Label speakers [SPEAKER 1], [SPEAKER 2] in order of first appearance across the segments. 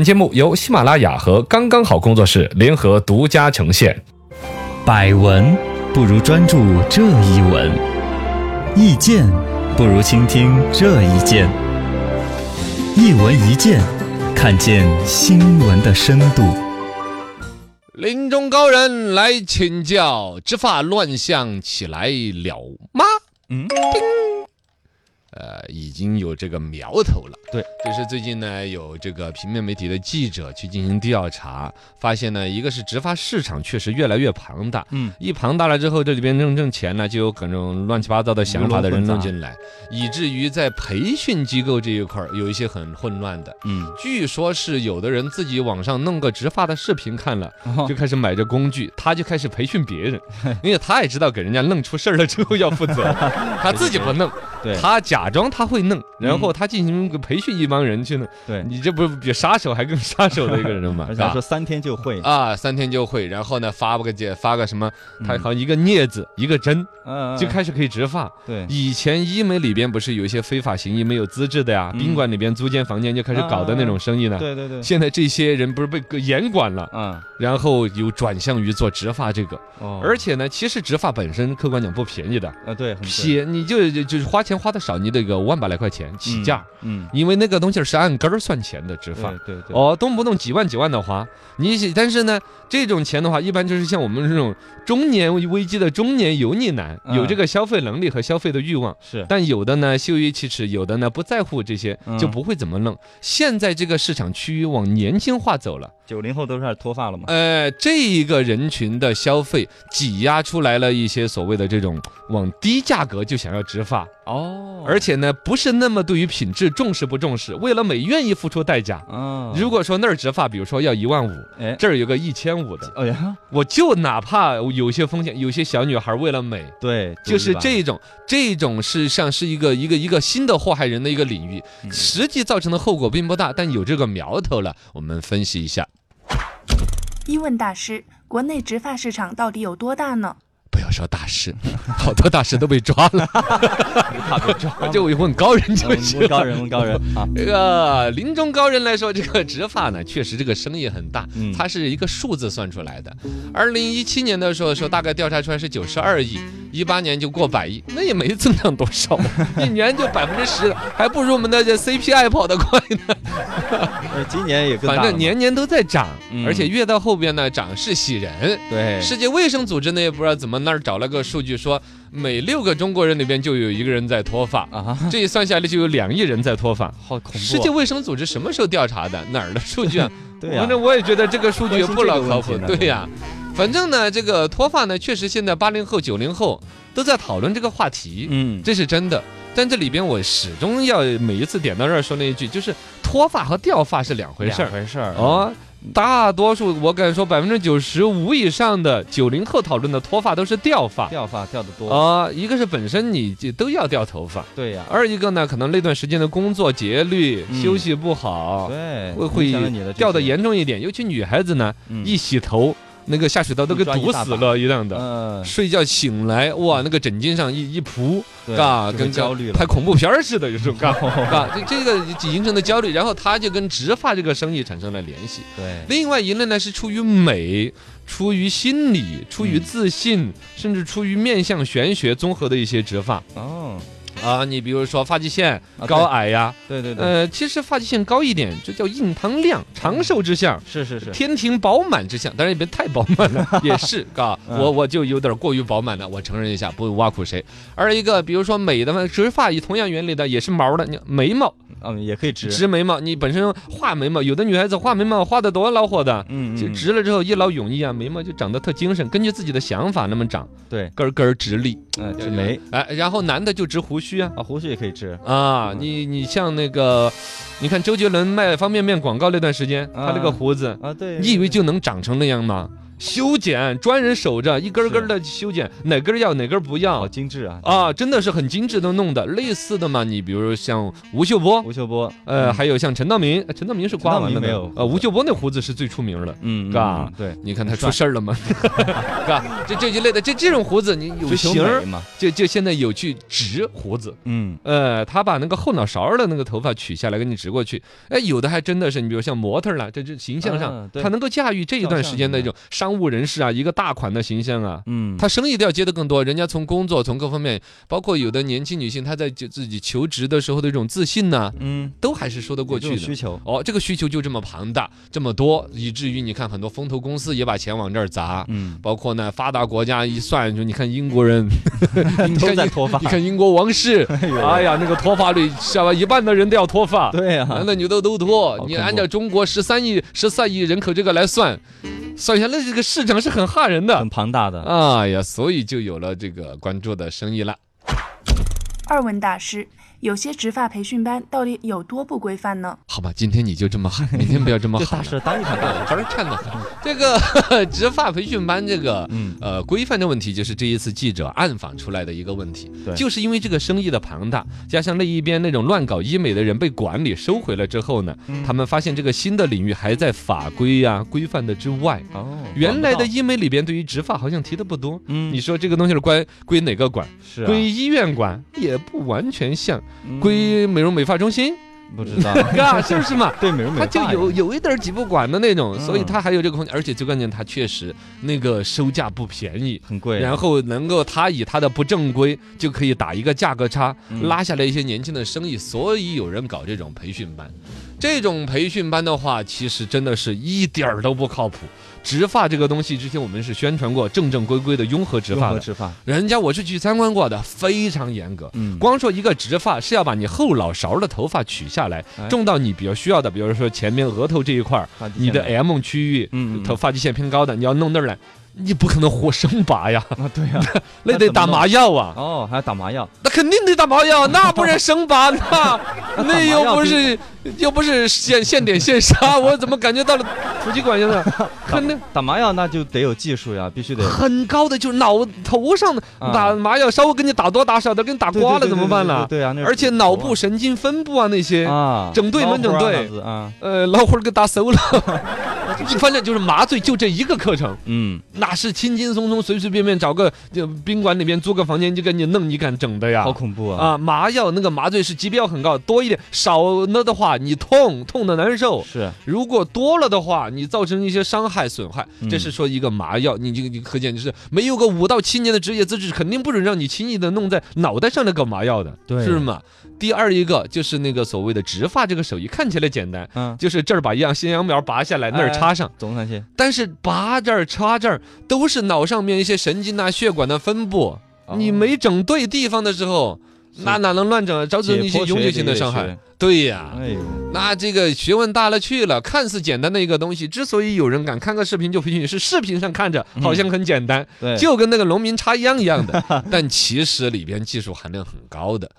[SPEAKER 1] 本节目由喜马拉雅和刚刚好工作室联合独家呈现。
[SPEAKER 2] 百闻不如专注这一闻，意见不如倾听这一见。一闻一见，看见新闻的深度。
[SPEAKER 1] 林中高人来请教，执法乱象起来了吗？
[SPEAKER 2] 嗯，
[SPEAKER 1] 呃，已经有这个苗头了。
[SPEAKER 2] 对，
[SPEAKER 1] 就是最近呢，有这个平面媒体的记者去进行调查，发现呢，一个是执法市场确实越来越庞大，
[SPEAKER 2] 嗯，
[SPEAKER 1] 一庞大了之后，这里边挣挣钱呢，就有各种乱七八糟的想法的人
[SPEAKER 2] 鱼龙
[SPEAKER 1] 弄
[SPEAKER 2] 混杂
[SPEAKER 1] 进来，以至于在培训机构这一块儿有一些很混乱的。
[SPEAKER 2] 嗯，
[SPEAKER 1] 据说是有的人自己网上弄个植发的视频看了，
[SPEAKER 2] 哦
[SPEAKER 1] 就开始买这工具，他就开始培训别 人，因为他也知道给人家弄出事儿了之后要负责，他自己不弄，
[SPEAKER 2] 对嗯
[SPEAKER 1] 他假装他会弄，然后他进行个培训一帮人去弄，
[SPEAKER 2] 对，
[SPEAKER 1] 你这不比杀手还更杀手的一个人吗？
[SPEAKER 2] 而
[SPEAKER 1] 是
[SPEAKER 2] 且还
[SPEAKER 1] 吧
[SPEAKER 2] 说？三天就会，
[SPEAKER 1] 啊，三天就会，然后呢发个姐发个什么，他
[SPEAKER 2] 嗯
[SPEAKER 1] 好像一个镊子一个针
[SPEAKER 2] 嗯，
[SPEAKER 1] 就开始可以植发。
[SPEAKER 2] 对，
[SPEAKER 1] 以前医美里边不是有一些非法行医没有资质的呀，
[SPEAKER 2] 嗯
[SPEAKER 1] 宾馆里边租间房间就开始搞的那种生意呢。
[SPEAKER 2] 对对对，
[SPEAKER 1] 现在这些人不是被严管了，
[SPEAKER 2] 嗯，
[SPEAKER 1] 然后有转向于做植发这个，
[SPEAKER 2] 哦，
[SPEAKER 1] 而且呢，其实植发本身客观讲不便宜的，
[SPEAKER 2] 啊，对，很贵
[SPEAKER 1] 便你就就就是花钱花的少，你得个万把来块钱起价，，
[SPEAKER 2] 嗯，嗯
[SPEAKER 1] 因为那个东西是按根儿算钱的植发
[SPEAKER 2] 对。对对，
[SPEAKER 1] 哦，动不动几万几万的花，你喜但是呢，这种钱的话，一般就是像我们这种中年危机的中年油腻男，有这
[SPEAKER 2] 嗯
[SPEAKER 1] 个消费能力和消费的欲望，
[SPEAKER 2] 是，
[SPEAKER 1] 但有的呢羞于启齿，有的呢不在乎这些，就
[SPEAKER 2] 嗯
[SPEAKER 1] 不会怎么弄。现在这个市场趋于往年轻化走了，
[SPEAKER 2] 九零后都开始脱发了嘛，
[SPEAKER 1] 呃，这一个人群的消费挤压出来了一些所谓的这种往低价格就想要植发，
[SPEAKER 2] 哦
[SPEAKER 1] 而，且呢不是那么对于品质重视不重视，为了美愿意付出代价。
[SPEAKER 2] 嗯，
[SPEAKER 1] 如果说那儿植发，比如说要一万五，
[SPEAKER 2] 哎，
[SPEAKER 1] 这儿有个一千五的，
[SPEAKER 2] 哎呀，
[SPEAKER 1] 我就哪怕有些风险，有些小女孩为了美，
[SPEAKER 2] 对，
[SPEAKER 1] 就是
[SPEAKER 2] 吧，
[SPEAKER 1] 这种，这种是像是一个一个一个新的祸害人的一个领域，
[SPEAKER 2] 嗯
[SPEAKER 1] 实际造成的后果并不大，但有这个苗头了。我们分析一下，
[SPEAKER 3] 一问大师，国内植发市场到底有多大呢？
[SPEAKER 1] 不要说大师， 好多大师都被抓 了，，
[SPEAKER 2] 怕被抓
[SPEAKER 1] 就问高人就行
[SPEAKER 2] 问。嗯高人，问高人啊，
[SPEAKER 1] 这个临终高人来说，这个植发呢，确实这个生意很大，
[SPEAKER 2] 嗯
[SPEAKER 1] 它是一个数字算出来的。二零一七年的时候，说大概调查出来是九十二亿，一八年就过百亿，那也没增长多少， 一年就百分之十，还不如我们的这 CPI 跑得快呢。
[SPEAKER 2] 呃，今年也更大
[SPEAKER 1] 反
[SPEAKER 2] 了
[SPEAKER 1] 正
[SPEAKER 2] 嘛
[SPEAKER 1] 年年都在涨，
[SPEAKER 2] 嗯
[SPEAKER 1] 而且越到后边呢，涨势喜人。
[SPEAKER 2] 对
[SPEAKER 1] 世界卫生组织呢，也不知道怎么那儿找了个数据说，每六个中国人里边就有一个人在脱发，
[SPEAKER 2] 啊，
[SPEAKER 1] 这一算下来就有两亿人在脱发。
[SPEAKER 2] 好恐怖啊！
[SPEAKER 1] 世界卫生组织什么时候调查的？哪儿的数据 啊？
[SPEAKER 2] 对呀
[SPEAKER 1] 反正我也觉得这个数据不老靠
[SPEAKER 2] 关心
[SPEAKER 1] 谱。
[SPEAKER 2] 这个问题呢
[SPEAKER 1] 对呀、反正呢，这个脱发呢，确实现在八零后、九零后都在讨论这个话题，
[SPEAKER 2] 嗯，
[SPEAKER 1] 这是真的。但这里边我始终要每一次点到这儿说那一句，就是脱发和掉发是两回事儿
[SPEAKER 2] 两。回事儿
[SPEAKER 1] 哦，大多数我敢说百分之九十五以上的九零后讨论的脱发都是掉发
[SPEAKER 2] 掉发掉的多，
[SPEAKER 1] 啊、一个是本身你就都要掉头发，
[SPEAKER 2] 对呀，
[SPEAKER 1] 二一个呢，可能那段时间的工作节律、
[SPEAKER 2] 嗯
[SPEAKER 1] 休息不好，
[SPEAKER 2] 对，
[SPEAKER 1] 哦会
[SPEAKER 2] 影响了你
[SPEAKER 1] 会
[SPEAKER 2] 的这
[SPEAKER 1] 掉的
[SPEAKER 2] 些，
[SPEAKER 1] 严重一点。尤其女孩子呢，
[SPEAKER 2] 嗯
[SPEAKER 1] 一洗头，那个下水道都给
[SPEAKER 2] 一抓一
[SPEAKER 1] 堵
[SPEAKER 2] 大
[SPEAKER 1] 死
[SPEAKER 2] 把
[SPEAKER 1] 了一样的。
[SPEAKER 2] 嗯，
[SPEAKER 1] 睡觉醒来，哇，那个枕巾上一一扑，
[SPEAKER 2] 对
[SPEAKER 1] 嘎，
[SPEAKER 2] 就
[SPEAKER 1] 跟
[SPEAKER 2] 会焦虑了
[SPEAKER 1] 拍，恐怖片儿似的，有时候 嘎
[SPEAKER 2] 哦
[SPEAKER 1] 嘎，这这个形成的焦虑，然后它就跟植发这个生意产生了联系。
[SPEAKER 2] 对，
[SPEAKER 1] 另外一类呢是出于美，出于心理，出于
[SPEAKER 2] 嗯
[SPEAKER 1] 自信，甚至出于面向玄学综合的一些植发
[SPEAKER 2] 哦，
[SPEAKER 1] 啊、你比如说发际线
[SPEAKER 2] 啊
[SPEAKER 1] 高矮呀、
[SPEAKER 2] 对对对，
[SPEAKER 1] 呃，其实发际线高一点，这叫印堂亮、长寿之象。
[SPEAKER 2] 是是是，
[SPEAKER 1] 天庭饱满之象，当然也别太饱满 了，也是，嘎，
[SPEAKER 2] 嗯
[SPEAKER 1] 我我就有点过于饱满了，我承认一下，不挖苦谁。而一个，比如说美的嘛，植发也同样原理的，也是毛的，你眉毛
[SPEAKER 2] 嗯，也可以直，
[SPEAKER 1] 植眉毛，你本身画眉毛，有的女孩子画眉毛画的多恼火的，
[SPEAKER 2] 嗯，嗯
[SPEAKER 1] 就
[SPEAKER 2] 嗯
[SPEAKER 1] 直了之后一劳永逸啊，眉毛就长得特精神，根据自己的想法那么长，
[SPEAKER 2] 对，
[SPEAKER 1] 根儿根儿直立，
[SPEAKER 2] 嗯，直眉
[SPEAKER 1] 哎，然后男的就植胡须啊。
[SPEAKER 2] 啊，胡须也可以直，
[SPEAKER 1] 啊，
[SPEAKER 2] 嗯
[SPEAKER 1] 你你像那个，你看周杰伦卖方便面广告那段时间，他那个
[SPEAKER 4] 嗯
[SPEAKER 2] 啊
[SPEAKER 1] 胡子，
[SPEAKER 2] 啊，对，
[SPEAKER 1] 你以为
[SPEAKER 2] 对
[SPEAKER 1] 就能长成那样吗？修剪，专人守着，一根根的修剪，哪根要哪根不
[SPEAKER 4] 好
[SPEAKER 1] 要
[SPEAKER 4] 精致啊！
[SPEAKER 1] 啊，真的是很精致的弄的。类似的嘛，你比如像吴秀波，
[SPEAKER 4] 吴秀波，
[SPEAKER 1] 呃，
[SPEAKER 4] 嗯，
[SPEAKER 1] 还有像陈道明，呃陈道明是刮完的
[SPEAKER 4] 陈道明没
[SPEAKER 1] 呢
[SPEAKER 4] 有
[SPEAKER 1] 呃，吴秀波那胡子是最出名的。
[SPEAKER 4] 嗯，
[SPEAKER 1] 嘎
[SPEAKER 4] 嗯对，
[SPEAKER 1] 你看他出
[SPEAKER 4] 帅
[SPEAKER 1] 事儿了吗？嘎，这这一类的，这这种胡子你有
[SPEAKER 4] 追求
[SPEAKER 1] 型儿
[SPEAKER 4] 美，嘛，
[SPEAKER 1] 就就现在有去植胡子，
[SPEAKER 4] 嗯，
[SPEAKER 1] 呃，他把那个后脑勺儿的那个头发取下来给你植过去，哎，有的还真的是，你比如像模特儿啦，这这形象上，
[SPEAKER 4] 啊对
[SPEAKER 1] 他能够驾驭这一段时间的一种商务人士啊，一个大款的形象啊。
[SPEAKER 4] 嗯，
[SPEAKER 1] 他生意都要接的更多，人家从工作从各方面，包括有的年轻女性，她在就自己求职的时候的一种自信呐，
[SPEAKER 4] 嗯，
[SPEAKER 1] 都还是说得过
[SPEAKER 4] 有
[SPEAKER 1] 去
[SPEAKER 4] 这种
[SPEAKER 1] 的
[SPEAKER 4] 需。求，
[SPEAKER 1] 哦，这个需求就这么庞大，这么多，以至于你看很多风投公司也把钱往这儿砸，
[SPEAKER 4] 嗯，
[SPEAKER 1] 包括呢发达国家一算，就你看英国 人，
[SPEAKER 2] 嗯
[SPEAKER 1] 你
[SPEAKER 4] 都
[SPEAKER 1] 看
[SPEAKER 4] 在
[SPEAKER 1] 英
[SPEAKER 4] 脱发
[SPEAKER 1] 你，看英国王 室，
[SPEAKER 4] 呦
[SPEAKER 1] 哎呀，那个脱发率，下吧，一半的人都要脱发，
[SPEAKER 4] 对
[SPEAKER 2] 啊
[SPEAKER 4] 呀，
[SPEAKER 1] 男的女的都脱
[SPEAKER 4] 好。
[SPEAKER 1] 你
[SPEAKER 4] 恐怖
[SPEAKER 1] 按照中国十三亿、十三亿人口这个来算，算下来这个市场是很吓人的
[SPEAKER 4] 很。庞大的，
[SPEAKER 1] 哎呀，所以就有了这个关注的生意了。
[SPEAKER 3] 二问大师，有些植发培训班到底有多不规范呢？
[SPEAKER 1] 好吧，今天你就这么喊，明天不要这么
[SPEAKER 4] 这
[SPEAKER 1] 喊
[SPEAKER 4] 大
[SPEAKER 1] 了。
[SPEAKER 4] 事当一场大，
[SPEAKER 1] 我玩儿看的很。这个 植发培训班这个。
[SPEAKER 4] 嗯，
[SPEAKER 1] 呃，规范的问题就是这一次记者暗访出来的一个问题
[SPEAKER 4] 对，
[SPEAKER 1] 就是因为这个生意的庞大，加上那一边那种乱搞医美的人被管理收回了之后呢，
[SPEAKER 4] 嗯
[SPEAKER 1] 他们发现这个新的领域还在法规呀、规范的之外。
[SPEAKER 4] 哦，
[SPEAKER 1] 原来的
[SPEAKER 4] 管不到
[SPEAKER 1] 医美里边对于植发好像提的不多，
[SPEAKER 4] 嗯
[SPEAKER 1] 你说这个东西是归归哪个管？
[SPEAKER 4] 是啊
[SPEAKER 1] 归医院管也不完全像，
[SPEAKER 4] 嗯
[SPEAKER 1] 归美容美发中心，
[SPEAKER 4] 不知道，
[SPEAKER 1] 嘎， 是不是嘛？
[SPEAKER 4] 对美容美
[SPEAKER 1] 他
[SPEAKER 4] 发
[SPEAKER 1] 就
[SPEAKER 4] 呀
[SPEAKER 1] 有有一点儿挤不管的那种，
[SPEAKER 4] 嗯
[SPEAKER 1] 所以他还有这个空间，而且最关键，他确实那个售价不便宜。
[SPEAKER 4] 很贵，
[SPEAKER 1] 然后能够他以他的不正规就可以打一个价格差，
[SPEAKER 4] 嗯
[SPEAKER 1] 拉下来一些年轻的生意，所以有人搞这种培训班。这种培训班的话，其实真的是一点儿都不靠谱。植发这个东西，之前我们是宣传过正正规规的雍和植
[SPEAKER 4] 用
[SPEAKER 1] 发
[SPEAKER 4] 和
[SPEAKER 1] 的，
[SPEAKER 4] 植发，
[SPEAKER 1] 人家我是去参观过的，非常严格。
[SPEAKER 4] 嗯，
[SPEAKER 1] 光说一个植发是要把你后脑勺的头发取下来
[SPEAKER 4] 哎，
[SPEAKER 1] 种到你比较需要的，比如说前面额头这一块儿，
[SPEAKER 4] 发际
[SPEAKER 1] 你的
[SPEAKER 4] 线
[SPEAKER 1] M 区域，
[SPEAKER 4] 嗯嗯嗯
[SPEAKER 1] 头发际线偏高的，你要弄那儿来，你不可能活生拔呀，
[SPEAKER 4] 啊， 对呀，
[SPEAKER 1] 那得打麻药啊，
[SPEAKER 4] 哦，还要打麻药，
[SPEAKER 1] 那肯定得打麻药，那不然生 拔，那那又不是又不是现现点现 杀，我怎么感觉到了突击管现在肯定。
[SPEAKER 4] 打麻药那就得有技术呀，必须得
[SPEAKER 1] 很高的，就是脑头上的
[SPEAKER 4] 啊
[SPEAKER 1] 打麻药，稍微给你打多打少的，给你打
[SPEAKER 4] 对对
[SPEAKER 1] 刮了
[SPEAKER 4] 对
[SPEAKER 1] 怎么
[SPEAKER 4] 对
[SPEAKER 1] 办
[SPEAKER 4] 对
[SPEAKER 1] 呢？
[SPEAKER 4] 对对啊，那是
[SPEAKER 1] 而且
[SPEAKER 4] 头
[SPEAKER 1] 脑
[SPEAKER 4] 啊
[SPEAKER 1] 部神经分布啊那些，
[SPEAKER 4] 啊，
[SPEAKER 1] 整队门整队
[SPEAKER 4] 啊，
[SPEAKER 1] 呃，老虎儿给打熟了， 反正就是麻醉，就这一个课程，
[SPEAKER 4] 嗯，
[SPEAKER 1] 那是轻轻松松、随随便便找个就宾馆里面租个房间就给你弄，你敢整的呀
[SPEAKER 4] 好？恐怖啊！
[SPEAKER 1] 啊，麻药那个麻醉是级标很高，多一点少了的话，你痛痛的难受；
[SPEAKER 4] 是，
[SPEAKER 1] 如果多了的话，你造成一些伤害损害。
[SPEAKER 4] 嗯
[SPEAKER 1] 这是说一个麻药，你这个你可见就是没有个五到七年的职业资质，肯定不准让你轻易的弄在脑袋上那个麻药的，
[SPEAKER 4] 对
[SPEAKER 1] 是吗？第二一个就是那个所谓的植发这个手艺，看起来简单，
[SPEAKER 4] 嗯，哎
[SPEAKER 1] 就是这儿把一样新秧苗拔下来，那儿插上，
[SPEAKER 4] 总算些
[SPEAKER 1] 但是拔这儿插这儿都是脑上面一些神经呐、血管的分布，
[SPEAKER 4] 哦
[SPEAKER 1] 你没整对地方的时候，
[SPEAKER 4] 是
[SPEAKER 1] 那哪能乱整啊？造成一些永久性的伤害。。对呀、
[SPEAKER 4] 哎呦，
[SPEAKER 1] 那这个学问大了去了，看似简单的一个东西，之所以有人敢看个视频就培训，是视频上看着
[SPEAKER 4] 嗯哎
[SPEAKER 1] 好像很简单，
[SPEAKER 4] 对，
[SPEAKER 1] 就跟那个农民插秧一样 的，但其实里边技术含量很高的。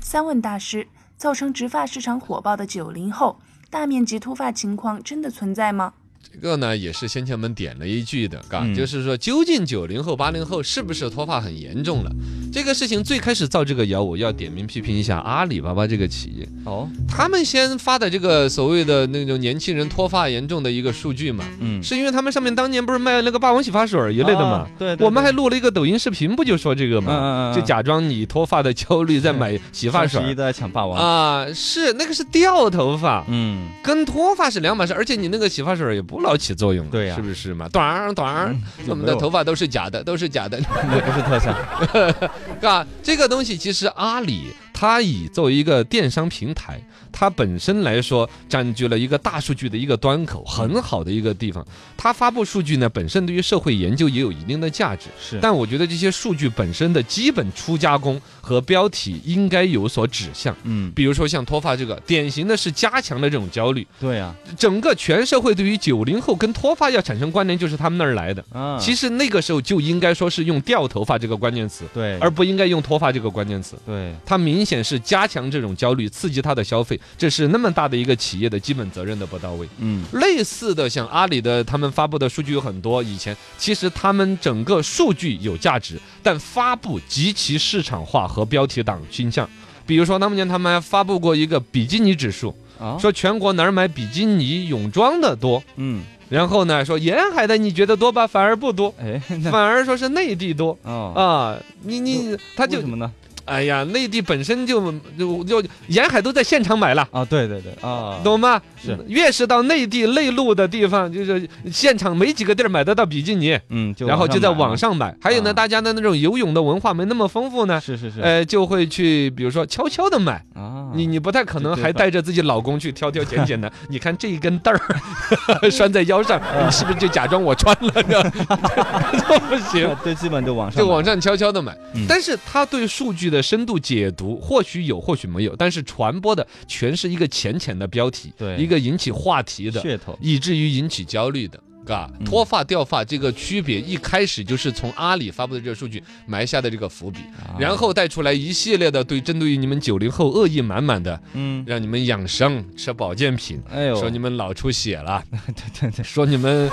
[SPEAKER 3] 三问大师，造成植发市场火爆的九零后大面积秃发情况真的存在吗？
[SPEAKER 1] 这个呢，也是先前我们点了一句的，嘎，
[SPEAKER 4] 嗯
[SPEAKER 1] 就是说，究竟九零后、八零后是不是脱发很严重了？这个事情最开始造这个谣，我要点名批评一下阿里巴巴这个企业，
[SPEAKER 4] 哦，
[SPEAKER 1] 他们先发的这个所谓的那种年轻人脱发严重的一个数据嘛，
[SPEAKER 4] 嗯，
[SPEAKER 1] 是因为他们上面当年不是卖那个霸王洗发水儿一类的嘛
[SPEAKER 4] 啊？对，对
[SPEAKER 1] 我们
[SPEAKER 4] 对
[SPEAKER 1] 还录了一个抖音视频，不就说这个
[SPEAKER 4] 嗯嗯
[SPEAKER 1] 嘛
[SPEAKER 4] 嗯？嗯
[SPEAKER 1] 就假装你脱发的焦虑，在买洗发水
[SPEAKER 4] 双十一
[SPEAKER 1] 儿
[SPEAKER 4] 都在抢霸王，
[SPEAKER 1] 啊，是那个是掉头发，
[SPEAKER 4] 嗯，
[SPEAKER 1] 跟脱发是两码事，而且你那个洗发水也不老起作用，
[SPEAKER 4] 对呀嗯
[SPEAKER 1] 是不是嘛？短儿短儿，我们的头发都是假的，都是假的，
[SPEAKER 4] 也不是特效，
[SPEAKER 1] 啊，这个东西其实阿里它以作为一个电商平台，它本身来说占据了一个大数据的一个端口，很好的一个地方。它发布数据呢，本身对于社会研究也有一定的价值。
[SPEAKER 4] 是，
[SPEAKER 1] 但我觉得这些数据本身的基本初加工和标题应该有所指向，
[SPEAKER 4] 嗯，
[SPEAKER 1] 比如说像脱发这个，典型的是加强了这种焦虑，
[SPEAKER 4] 对啊呀，
[SPEAKER 1] 整个全社会对于九零后跟脱发要产生关联，就是他们那儿来的。
[SPEAKER 4] 啊，
[SPEAKER 1] 其实那个时候就应该说是用掉头发这个关键词，
[SPEAKER 4] 对，
[SPEAKER 1] 而不应该用脱发这个关键词。
[SPEAKER 4] 对，
[SPEAKER 1] 它明显是加强这种焦虑，刺激它的消费，这是那么大的一个企业的基本责任的不到位。
[SPEAKER 4] 嗯，
[SPEAKER 1] 类似的，像阿里的他们发布的数据有很多，以前其实他们整个数据有价值，但发布极其市场化和标题党倾向。比如说，当年他们还发布过一个比基尼指数，
[SPEAKER 4] 啊，
[SPEAKER 1] 说全国哪儿买比基尼泳装的多，
[SPEAKER 4] 嗯，
[SPEAKER 1] 然后呢说沿海的你觉得多吧，反而不 多，
[SPEAKER 4] 哎，
[SPEAKER 1] 反而说是内地多。
[SPEAKER 4] 哦，
[SPEAKER 1] 啊，你你他
[SPEAKER 4] 为
[SPEAKER 1] 就
[SPEAKER 4] 什么呢？
[SPEAKER 1] 哎呀，内地本身就就就沿海都在现场买了。
[SPEAKER 4] 啊，对对对，啊，
[SPEAKER 1] 懂吗？
[SPEAKER 4] 是，
[SPEAKER 1] 越是到内地内陆的地方，就是现场没几个地儿买得到比基尼，
[SPEAKER 4] 嗯，就
[SPEAKER 1] 然后就在
[SPEAKER 4] 网
[SPEAKER 1] 网上买。还有呢，
[SPEAKER 4] 啊
[SPEAKER 1] 大家的那种游泳的文化没那么丰富
[SPEAKER 4] 买嘛，
[SPEAKER 1] 呢，
[SPEAKER 4] 是是是，
[SPEAKER 1] 呃，就会去比如说悄悄的买。
[SPEAKER 4] 啊，
[SPEAKER 1] 你你不太可能
[SPEAKER 4] 就就
[SPEAKER 1] 还带着自己老公去挑挑拣拣 的。你看这一根带儿 拴在腰上，
[SPEAKER 4] 啊
[SPEAKER 1] 你是不是就假装我穿了 呢？ 这不行。
[SPEAKER 4] 啊对，基本就网上
[SPEAKER 1] 就
[SPEAKER 4] 买
[SPEAKER 1] 网上悄悄的买
[SPEAKER 4] 嗯，
[SPEAKER 1] 但是他对数据的深度解读或许有，或许没有，但是传播的全是一个浅浅的标题，
[SPEAKER 4] 对
[SPEAKER 1] 一个引起话题的，
[SPEAKER 4] 噱头，
[SPEAKER 1] 以至于引起焦虑的。啊，
[SPEAKER 4] 嗯
[SPEAKER 1] 脱发掉发这个区别一开始就是从阿里发布的这个数据埋下的这个伏笔，
[SPEAKER 4] 啊
[SPEAKER 1] 然后带出来一系列的对针对于你们九零后恶意满满的，
[SPEAKER 4] 嗯，
[SPEAKER 1] 让你们养生吃保健品，
[SPEAKER 4] 哎呦，
[SPEAKER 1] 说你们脑出血了，
[SPEAKER 4] 对对对，
[SPEAKER 1] 说你 们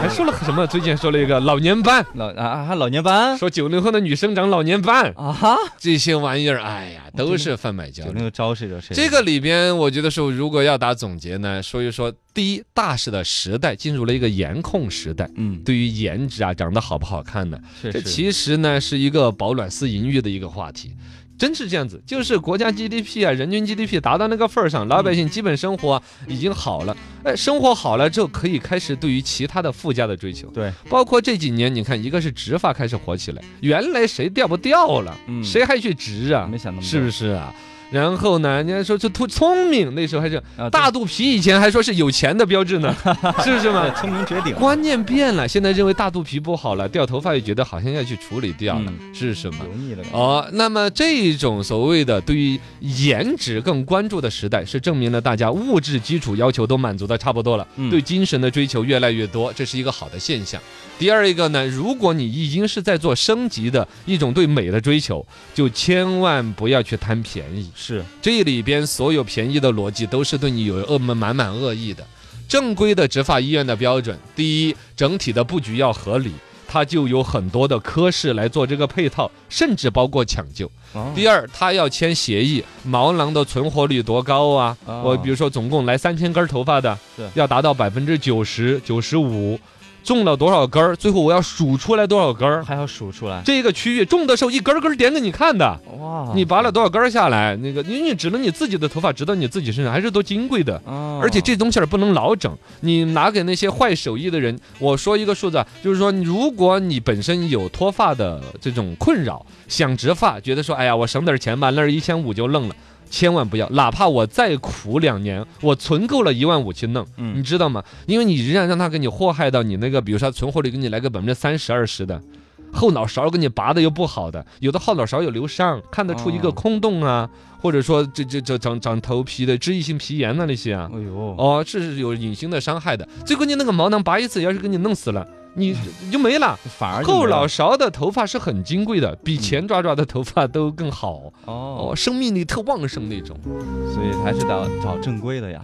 [SPEAKER 1] 还说了什么？最近说了一个老年斑，
[SPEAKER 4] 老啊还老年斑
[SPEAKER 1] 说九零后的女生长老年斑，
[SPEAKER 4] 啊哈，
[SPEAKER 1] 这些玩意儿，哎呀，都是贩卖焦
[SPEAKER 4] 哦就那
[SPEAKER 1] 虑。
[SPEAKER 4] 个招谁惹谁了？
[SPEAKER 1] 这个里边，我觉得是如果要打总结呢，说一说，第一，大势的时代进入了一个颜控时代。
[SPEAKER 4] 嗯，
[SPEAKER 1] 对于颜值啊，长得好不好看呢？
[SPEAKER 4] 确
[SPEAKER 1] 这
[SPEAKER 4] 实，
[SPEAKER 1] 其实呢是一个饱暖思淫欲的一个话题，真是这样子。就是国家 GDP 啊，人均 GDP 达到那个份儿上，老百姓基本生活啊已经好了。哎，生活好了之后，可以开始对于其他的附加的追求。
[SPEAKER 4] 对，
[SPEAKER 1] 包括这几年，你看，一个是植发开始火起来，原来谁掉不掉了，
[SPEAKER 4] 嗯
[SPEAKER 1] 谁还去植啊？
[SPEAKER 4] 没想那么多
[SPEAKER 1] 是不是啊？然后呢，人家说这聪聪明，那时候还是
[SPEAKER 4] 啊对
[SPEAKER 1] 大肚皮，以前还说是有钱的标志 呢，是不是嘛
[SPEAKER 4] 对？聪明绝顶，
[SPEAKER 1] 观念变了，现在认为大肚皮不好了，掉头发也觉得好像要去处理掉了，是什么
[SPEAKER 4] 油？腻了，
[SPEAKER 1] 哦，那么这种所谓的对于颜值更关注的时代，是证明了大家物质基础要求都满足的差不多了，
[SPEAKER 4] 嗯
[SPEAKER 1] 对精神的追求越来越多，这是一个好的现象。第二一个呢，如果你已经是在做升级的一种对美的追求，就千万不要去贪便宜。
[SPEAKER 4] 是
[SPEAKER 1] 这里边所有便宜的逻辑都是对你有恶满满恶意的。正规的植发医院的标准，第一，整体的布局要合理，它就有很多的科室来做这个配套，甚至包括抢救。
[SPEAKER 4] 哦
[SPEAKER 1] 第二，它要签协议，毛囊的存活率多高啊？
[SPEAKER 4] 哦
[SPEAKER 1] 我比如说，总共来三千根儿头发的
[SPEAKER 4] 是，
[SPEAKER 1] 要达到百分之九十九十五，种了多少根儿？最后我要数出来多少根儿？
[SPEAKER 4] 还要数出来，
[SPEAKER 1] 这个区域种的时候一根儿根儿点给你看的。
[SPEAKER 4] 哇
[SPEAKER 1] 你拔了多少根儿下来？那个，因为你只能你自己的头发植到你自己身上，还是多金贵的。
[SPEAKER 4] 哦
[SPEAKER 1] 而且这东西儿不能老整，你拿给那些坏手艺的人，我说一个数字，啊，就是说，如果你本身有脱发的这种困扰，想植发，觉得说，哎呀，我省点儿钱吧，那儿一千五就弄了。千万不要，哪怕我再苦两年，我存够了一万五去弄，
[SPEAKER 4] 嗯
[SPEAKER 1] 你知道吗？因为你仍然让他给你祸害到你那个，比如说他存活率给你来个百分之三十、二十的，后脑勺给你拔的又不好的，有的后脑勺有留伤，看得出一个
[SPEAKER 4] 哦
[SPEAKER 1] 空洞啊，或者说这这这长长头皮的脂溢性皮炎呐、那些啊，
[SPEAKER 4] 哎呦，
[SPEAKER 1] 哦，这是有隐形的伤害的。最关键那个毛囊拔一次，要是给你弄死了， 你你就没了。
[SPEAKER 4] 反而就
[SPEAKER 1] 后
[SPEAKER 4] 没了嗯
[SPEAKER 1] 脑勺的头发是很金贵的，比前抓抓的头发都更好
[SPEAKER 4] 哦
[SPEAKER 1] 哦，，生命力特旺盛那种。
[SPEAKER 4] 所以还是得找正规的呀。